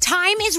Time is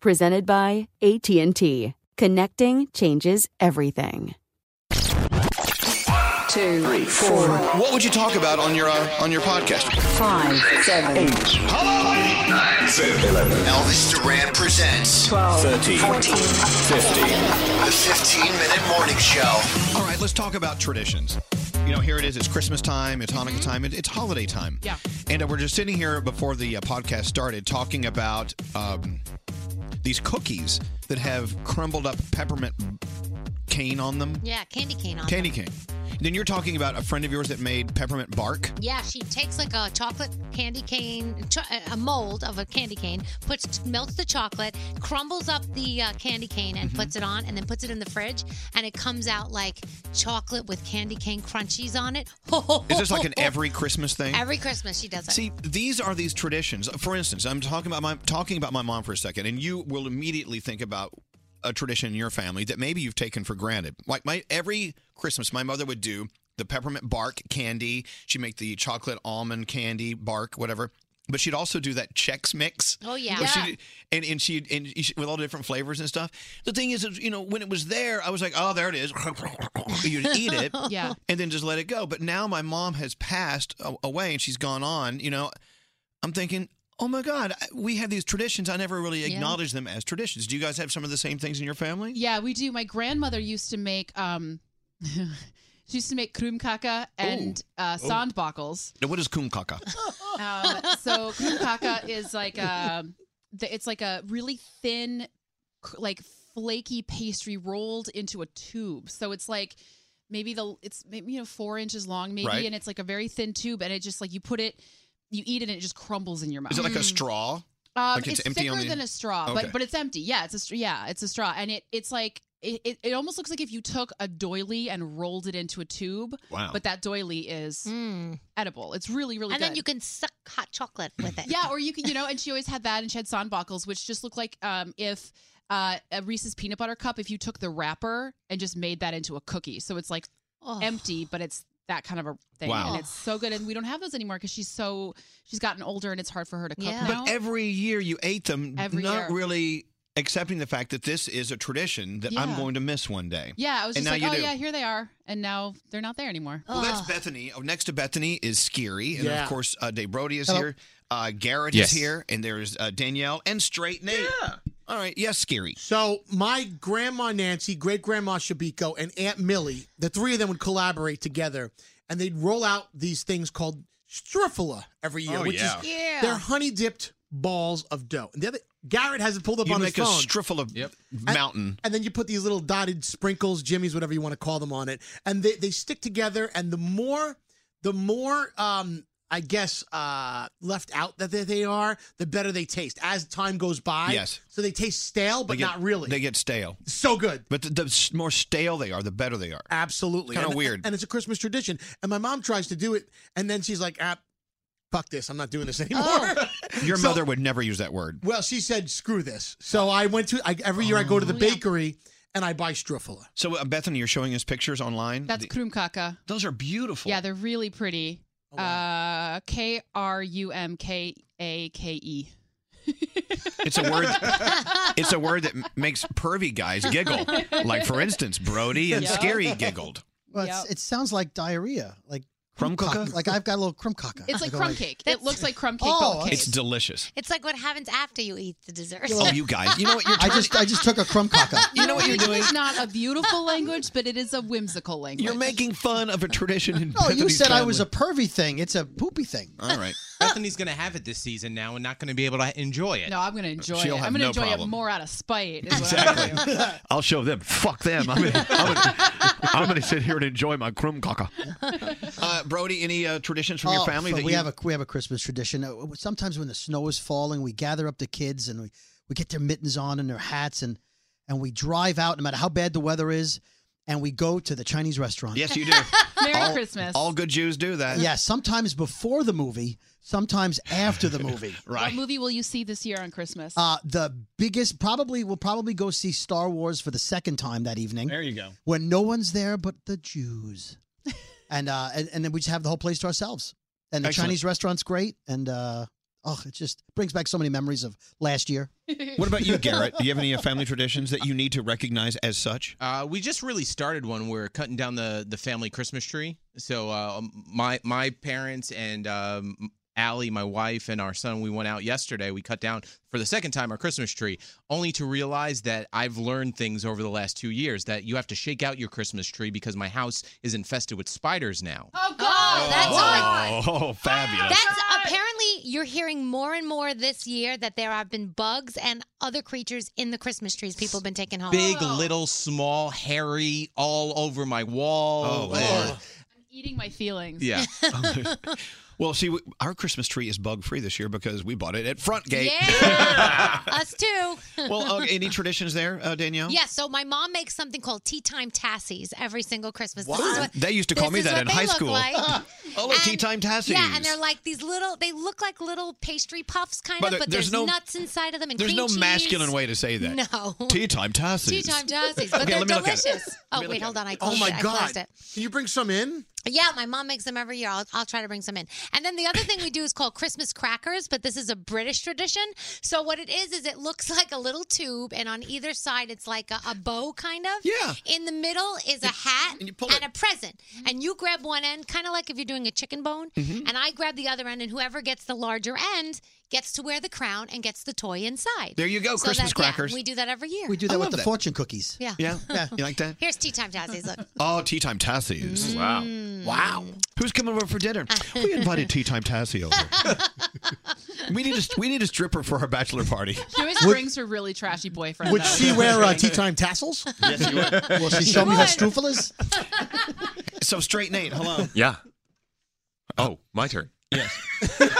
presented by AT&T. Connecting changes everything. Two, three, four, What would you talk about on your uh, on your podcast? five, seven, eight, Hello, lady. Nine, seven, eleven. Elvis Duran presents twelve, 13, fourteen, the 15 minute morning show. All right, let's talk about traditions. You know, here it is. It's Christmas time. It's Hanukkah time. it- It's holiday time. Yeah. And uh, we're just sitting here before the uh, podcast started talking about um, these cookies that have crumbled up peppermint cane on them. Yeah, candy cane on Candy cane. Then you're talking about a friend of yours that made peppermint bark. Yeah, she takes like a chocolate candy cane, cho- a mold of a candy cane, puts melts the chocolate, crumbles up the uh, candy cane, Mm-hmm. and puts it on, and then puts it in the fridge, and it comes out like chocolate with candy cane crunchies on it. Is this like an every Christmas thing? Every Christmas she does it. See, these are these traditions. For instance, I'm talking about my talking about my mom for a second, and you will immediately think about a tradition in your family that maybe you've taken for granted. Like my every Christmas, my mother would do the peppermint bark candy. She'd make the chocolate almond candy bark, whatever. But she'd also do that Chex mix. Oh, yeah. Where Yeah. she'd- and and she and she, with all the different flavors and stuff. The thing is, is, you know, when it was there, I was like, oh, there it is. You'd eat it, Yeah. and then just let it go. But now my mom has passed a- away and she's gone on. You know, I'm thinking, oh my God, I- we have these traditions. I never really Yeah. acknowledged them as traditions. Do you guys have some of the same things in your family? Yeah, we do. My grandmother used to make um she used to make krumkaka and uh Oh. sandbakels. Now, What is kumkaka? Um so krumkaka is like um the, it's like a really thin cr- like flaky pastry rolled into a tube. So it's like maybe the it's maybe you know 4 inches long maybe Right. and it's like a very thin tube and it just like you put it you eat it and it just crumbles in your mouth. Is it like a straw? Mm. Um, Like, it's it's empty thicker on the- than a straw, Okay. but but it's empty. Yeah, it's a str- yeah, it's a straw, and it it's like it, it, it almost looks like if you took a doily and rolled it into a tube. Wow. But that doily is edible. It's really really Mm. and good. then you can suck hot chocolate with it. yeah, or you can you know, and she always had that, and she had sonbuckles, which just look like um if. Uh, a Reese's peanut butter cup. If you took the wrapper and just made that into a cookie, so it's like Oh. empty, but it's that kind of a thing, Wow. and it's so good. And we don't have those anymore because she's so she's gotten older, and it's hard for her to cook Yeah. now. But every year you ate them, Every not year. really accepting the fact that this is a tradition that I'm Yeah. going to miss one day. Yeah, I was just And now like, you oh do. yeah, here they are, and now they're not there anymore. Well, that's Bethany. Oh, next to Bethany is Scary, and then, Yeah. of course uh, Dave Brody is Hello. here. Uh, Garrett Yes. is here, and there's uh, Danielle and Straight Nate. Yeah. All right. Yes, Scary. So my grandma Nancy, great grandma Shabiko, and Aunt Millie, the three of them would collaborate together, and they'd roll out these things called struffola every year, Oh, which yeah. is they're honey dipped balls of dough. And the other, Garrett has it pulled up You on make a his phone. striffle of mountain. and then you put these little dotted sprinkles, jimmies, whatever you want to call them on it, and they, they stick together. And the more, the more, um, I guess, uh, left out that they, they are, the better they taste as time goes by. Yes. So they taste stale, Oh, but They get- not really. They get stale. so good. But the, the s- more stale they are, the better they are. Absolutely. Kinda And- weird. And it's a Christmas tradition. And my mom tries to do it, and then she's like, ah, fuck this. I'm not doing this anymore. Your So- mother would never use that word. Well, she said, screw this. So I went to, I, every year I go to the bakery and I buy struffula. So, uh, Bethany, you're showing us pictures online. That's The- krumkaka. those are beautiful. Yeah, they're really pretty. Oh, Uh, K R U M K A K E. It's a word. it's a word that m- makes pervy guys giggle. Like for instance, Brody and Yeah. Scary giggled. Well, it's, it sounds like diarrhea, like Crumb cooker? Like I've got a little crumb caca. It's like crumb cake. It looks like crumb cake. Oh, but with It's cake. delicious. It's like what happens after you eat the dessert. Oh, you guys, you know what you're. I just I just took a crumb caca. You know what you're doing. It's not a beautiful language, but it is a whimsical language. You're making fun of a tradition. Oh, In No, you Bethany's said I was a family. pervy thing. It's a poopy thing. All right. Bethany's going to have it this season now and not going to be able to enjoy it. No, I'm gonna enjoy She'll it. have I'm gonna no enjoy problem. it more out of spite. Is What I'm Exactly. gonna I'll show them. Fuck them. I'm gonna, I'm gonna, I'm gonna sit here and enjoy my crumb caca. Uh, Brody, any uh, traditions from your Oh, family so that we you have a we have a Christmas tradition. Uh, Sometimes when the snow is falling, we gather up the kids and we, we get their mittens on and their hats and and we drive out no matter how bad the weather is, and we go to the Chinese restaurant. Yes, you do. do. Merry all, Christmas. All good Jews do that. Yeah, sometimes before the movie, sometimes after the movie. What Right. movie will you see this year on Christmas? Uh, the biggest, probably, we'll probably go see Star Wars for the second time that evening. There you go. When no one's there but the Jews. and, uh, and and then we just have the whole place to ourselves. And the Excellent. Chinese restaurant's great. And, uh, oh, it just brings back so many memories of last year. What about you, Garrett? Do you have any uh, family traditions that you need to recognize as such? Uh, we just really started one. We're cutting down the the family Christmas tree. So uh, my my parents and um, Allie, my wife, and our son, we went out yesterday. We cut down for the second time our Christmas tree, only to realize that I've learned things over the last two years that you have to shake out your Christmas tree because my house is infested with spiders now. oh God! That's oh, oh, fabulous. That's apparently you're hearing more and more this year that there have been bugs and other creatures in the Christmas trees people have been taking home. Big, little, small, hairy, all over my wall. Oh, Lord. I'm eating my feelings. Yeah. well, see, we, our Christmas tree is bug free this year because we bought it at Front Gate. Yeah. Us too. well, uh, any traditions there, uh, Danielle? Yeah, so my mom makes something called tea time tassies every single Christmas. This is what They used to call this me is that what in they high look school. like. Oh, look, tea time tassies. Yeah, and they're like these little. They look like little pastry puffs, kind But of, there- but there's no- there's, nuts inside of them. And There's cream no cheese. masculine way to say that. No. Tea time tassies. Tea time tassies, but Okay, they're let me look at it. delicious. Let Oh me look at wait, hold it. on, I Oh closed my it. I God. closed it. Can you bring some in? Yeah, my mom makes them every year. I'll, I'll try to bring some in. And then the other thing we do is called Christmas crackers, but this is a British tradition. So what it is is it looks like a little tube, and on either side it's like a, a bow, kind of. Yeah. In the middle is a hat and and, you pull it. a present, and you grab one end, kind of like if you're doing a chicken bone, Mm-hmm. and I grab the other end, and whoever gets the larger end gets to wear the crown and gets the toy inside. There you go, So Christmas that- yeah, crackers. we do that every year. We do I that love with the that. fortune cookies. Yeah. yeah? You like that? Here's tea time, Tassies. Look. Oh, tea time tassies. Wow. Wow. Who's coming over for dinner? We invited tea time tassie over. we need a we need a stripper for our bachelor party. She always brings her really trashy boyfriend. Would though. she wear uh, tea time tassels? Yes, you would. Will she show me her strufalas? So straight Nate, hello. Yeah. Oh, my turn.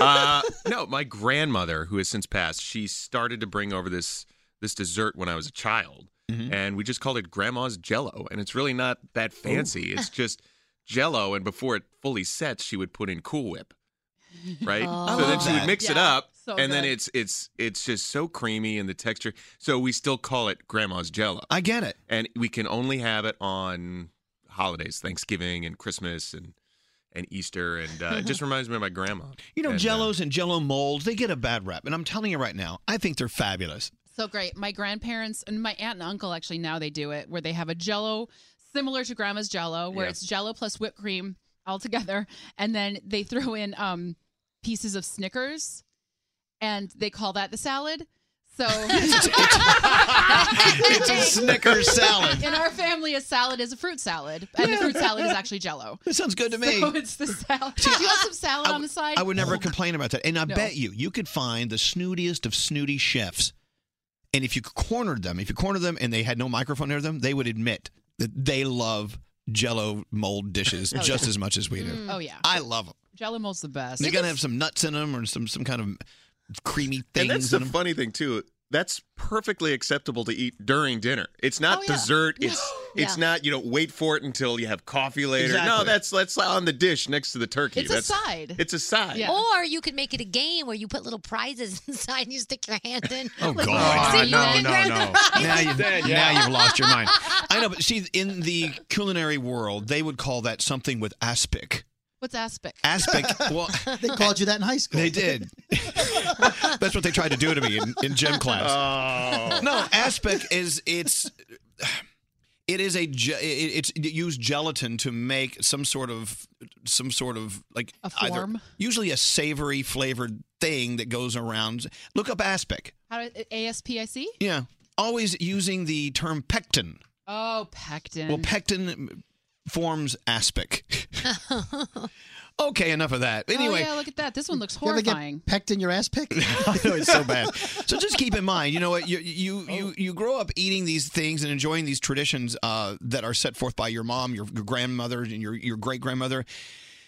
uh, no, my grandmother, who has since passed, she started to bring over this this dessert when I was a child, and we just called it Grandma's Jello, and it's really not that fancy. Ooh. It's just Jello, and before it fully sets, she would put in Cool Whip, right? Oh. so I then love she would that. mix it Yeah, up, so and then good. it's it's it's just so creamy and the texture. So we still call it Grandma's Jello. I get it. and we can only have it on holidays, Thanksgiving and Christmas and and Easter, and uh, it just reminds me of my grandma. You know, And, uh, jellos and jello molds, they get a bad rep. And I'm telling you right now, I think they're fabulous. So great. My grandparents and my aunt and uncle actually now they do it where they have a jello similar to grandma's jello where Yeah. it's jello plus whipped cream all together and then they throw in um pieces of Snickers and they call that the salad. So It's a Snickers salad. In our family a salad is a fruit salad and the fruit salad is actually jello. That sounds good to me. So it's the salad. Do you have some salad on the side? I would Oh. never complain about that. And I No. bet you, you could find the snootiest of snooty chefs. And if you cornered them, if you cornered them and they had no microphone near them, they would admit that they love jello mold dishes Oh, yeah. just as much as we do. Mm. Oh, yeah. I love them. Jello mold's the Mm. best. They're going to have some nuts in them or some, some kind of creamy And things that's in the them. funny thing too. That's perfectly acceptable to eat during dinner. It's Oh, not dessert. It's it's Yeah. not you know wait for it until you have coffee later. No, Exactly. that's that's on the dish next to the turkey. It's a that's, side. It's a side. Or you could make it a game where you put little prizes inside and you stick your hand in. Oh Like, God! see, you can grab the prize. Now you've, Then, now yeah. you've lost your mind. I know, but see, in the culinary world, they would call that something with aspic. What's aspic? Aspic. Well, they called you that in high school. They did. That's what they tried to do to me in, in gym class. Oh. No, aspic is it's. It is a ge- it- it's it used gelatin to make some sort of some sort of like A either- form? usually a savory flavored thing that goes around. Look up aspic. How do, ASPIC? Yeah. Always using the term pectin. Oh, pectin. Well, pectin forms aspic. okay, enough of that. Anyway, oh, yeah, look at that. This one looks You ever get horrifying. pecked in your ass pick? I know it's so bad. So just keep in mind, you know what you you you, you grow up eating these things and enjoying these traditions uh, that are set forth by your mom, your, your grandmother, and your your great grandmother.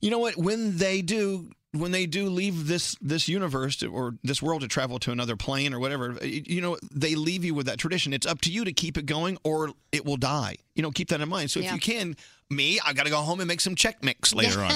You know what? When they do. When they do leave this this universe to, or this world to travel to another plane or whatever, you you know they leave you with that tradition. It's up to you to keep it going, or it will die. You know, keep that in mind. So if Yeah. you can, me, I got to go home and make some check mix later on.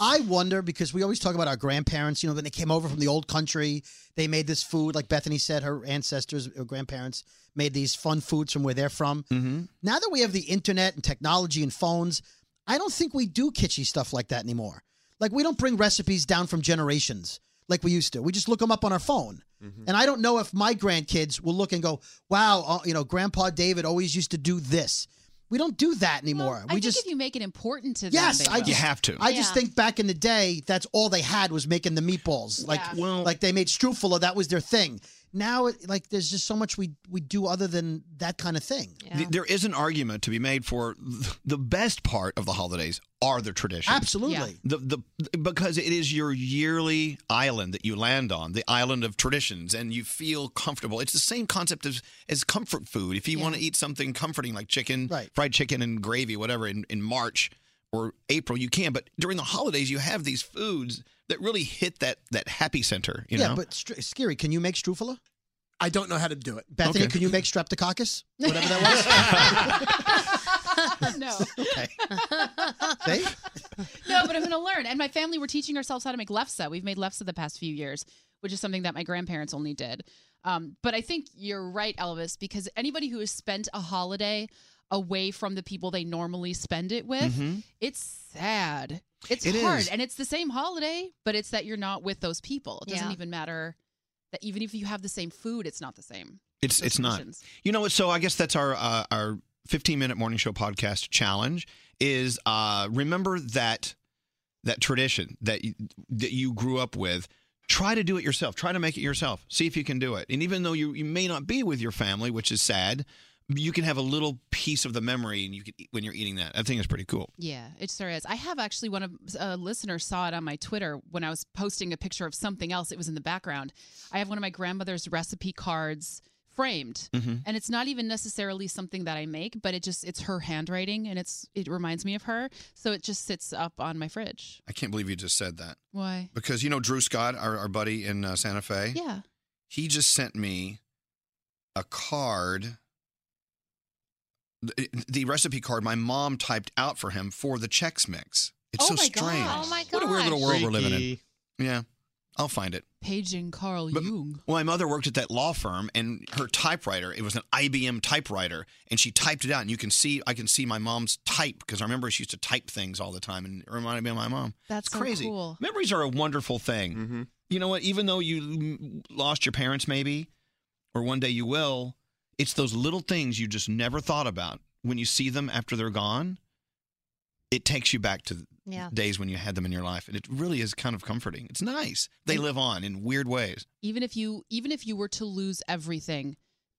I wonder because we always talk about our grandparents, you know, when they came over from the old country, they made this food. Like Bethany said, her ancestors or grandparents made these fun foods from where they're from. Mm-hmm. Now that we have the internet and technology and phones, I don't think we do kitschy stuff like that anymore. Like we don't bring recipes down from generations like we used to. We just look them up on our phone. Mm-hmm. And I don't know if my grandkids will look and go, wow, uh, you know, Grandpa David always used to do this. We don't do that anymore. I we think just if you make it important to them, Yes, they I will. just I just think back in the day, that's all they had was making the meatballs. Like, like they made strufolo, that was their thing. Now, it, like, there's just so much we we do other than that kind of thing. Th- There is an argument to be made for th- the best part of the holidays are the traditions. Absolutely. Yeah. The, the because it is your yearly island that you land on, the island of traditions, and you feel comfortable. It's the same concept as as comfort food. If you want to eat something comforting like chicken, fried chicken and gravy, whatever, in, in March or April, you can. But during the holidays, you have these foods that really hit that that happy center. You yeah, know? but str- scary. Can you make strufolo? I don't know how to do it. Bethany, Okay. can you make streptococcus? Whatever that no. was. See? No, but I'm going to learn. And my family, we're teaching ourselves how to make lefse. We've made lefse the past few years, which is something that my grandparents only did. Um, but I think you're right, Elvis, because anybody who has spent a holiday away from the people they normally spend it with, Mhm. it's sad. It's It hard. is. And it's the same holiday, but it's that you're not with those people. It doesn't Yeah. even matter that even if you have the same food, it's not the same. It's it's not. You know what? So I guess that's our uh, our 15 minute morning show podcast challenge is uh, remember that that tradition that you, that you grew up with. Try to do it yourself. Try to make it yourself. See if you can do it. And even though you, you may not be with your family, which is sad, you can have a little piece of the memory and you can eat when you're eating that. I think it's pretty cool. Yeah, it sure is. I have actually one of a listener saw it on my Twitter when I was posting a picture of something else. It was in the background. I have one of my grandmother's recipe cards framed, Mhm. and it's not even necessarily something that I make, but it just it's her handwriting, and it's it reminds me of her, so it just sits up on my fridge. I can't believe you just said that. Why? Because you know Drew Scott, our, our buddy in uh, Santa Fe? Yeah. He just sent me a card, the, the recipe card my mom typed out for him for the Chex Mix. It's Oh so my strange. gosh. Oh my What a weird little world gosh. we're living in. Freaky. Yeah. I'll find it. Paging Carl Jung. Well, my mother worked at that law firm, and her typewriter it was an IBM typewriter, and she typed it out. And you can see, I can see my mom's type because I remember she used to type things all the time, and it reminded me of my mom. That's It's so crazy. cool. Memories are a wonderful thing. You know what? Even though you mm, lost your parents, maybe, or one day you will, it's those little things you just never thought about. When you see them after they're gone, it takes you back to Yeah. days when you had them in your life, and it really is kind of comforting. It's nice. They live on in weird ways. Even if you even if you were to lose everything,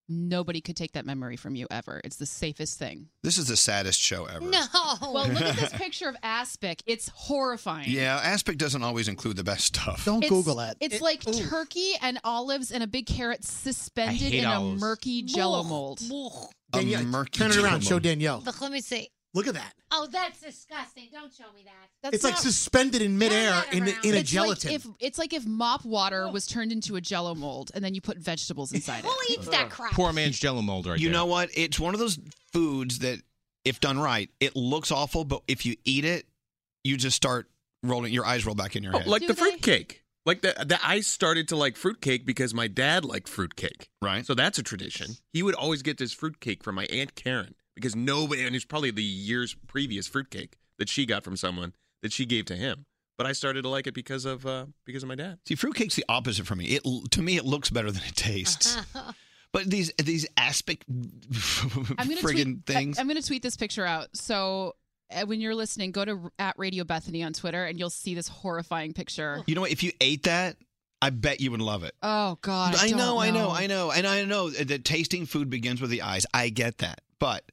nobody could take that memory from you ever. It's the safest thing. This is the saddest show ever. Well, look at this picture of Aspic. It's horrifying. Yeah, aspic doesn't always include the best stuff. Don't It's- It's like turkey and olives and a big carrot suspended hate in a olives. murky jello mold. Danielle, murky turn it around. jello. Show Danielle. Look, let me see. Look at that. Oh, that's disgusting. Don't show me that. That's it's like not- suspended in Uh, midair in, in a It's gelatin. Like if, it's like if mop water was turned into a jello mold and then you put vegetables inside it. Who eats Uh, that crap? Poor man's jello mold right you there. know what? It's one of those foods that, if done right, it looks awful, but if you eat it, you just start rolling. Your eyes roll back in your Oh, head. like the fruitcake. Like the, the I started to like fruitcake because my dad liked fruitcake. Right. So that's a tradition. He would always get this fruitcake from my aunt Karen because nobody, and it's probably the year's previous fruitcake that she got from someone that she gave to him. But I started to like it because of uh, because of my dad. See, fruitcake's the opposite for me. It to me, it looks better than it Uh-huh. tastes. but these these aspic I'm gonna friggin' tweet, I- things. I'm gonna tweet this picture out. So uh, when you're listening, go to at Radio Bethany on Twitter and you'll see this horrifying picture. you know what? If you ate that, I bet you would love it. Oh God! I, I don't know, I know, I know, and I know that tasting food begins with the eyes. I get that, but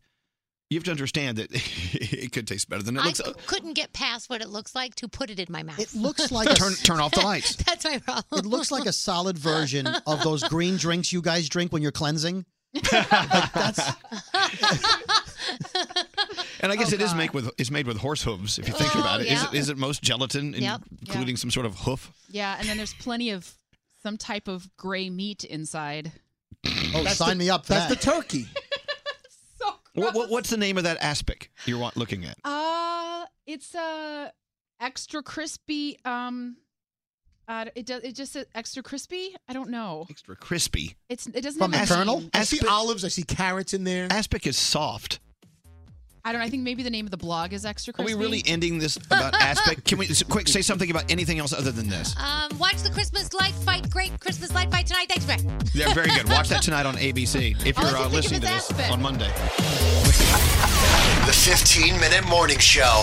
you have to understand that it could taste better than it I looks. uh, c- couldn't get past what it looks like to put it in my mouth. It looks like a- Turn- turn off the lights. That's my problem. It looks like a solid version of those green drinks you guys drink when you're cleansing. Like, that's And I guess it is made with it's made with horse hooves. If you think Oh, about it, is yeah. it, is it most gelatin, in- Yep. including some sort of hoof? Yeah, and then there's plenty of some type of gray meat inside. oh, sign me up. For that's that. the turkey. What, what, what's the name of that aspic you're wa- looking at? Uh it's a extra crispy. Um, uh, it does. It just says extra crispy. I don't know. Extra crispy. It's it doesn't From the have a kernel? name. I see olives. I see carrots in there. Aspic is soft. I don't. know. I think maybe the name of the blog is extra Are crispy. we really ending this about aspic? Can we s- quick say something about anything else other than this? Um, watch the Christmas light fight. Great Christmas light fight tonight. Thanks, Brett. Yeah, very good. Watch that tonight on ABC Oh, if All I can you're uh, think of listening to is this aspic. on Monday. The 15 Minute Morning Show.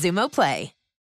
Zumo Play.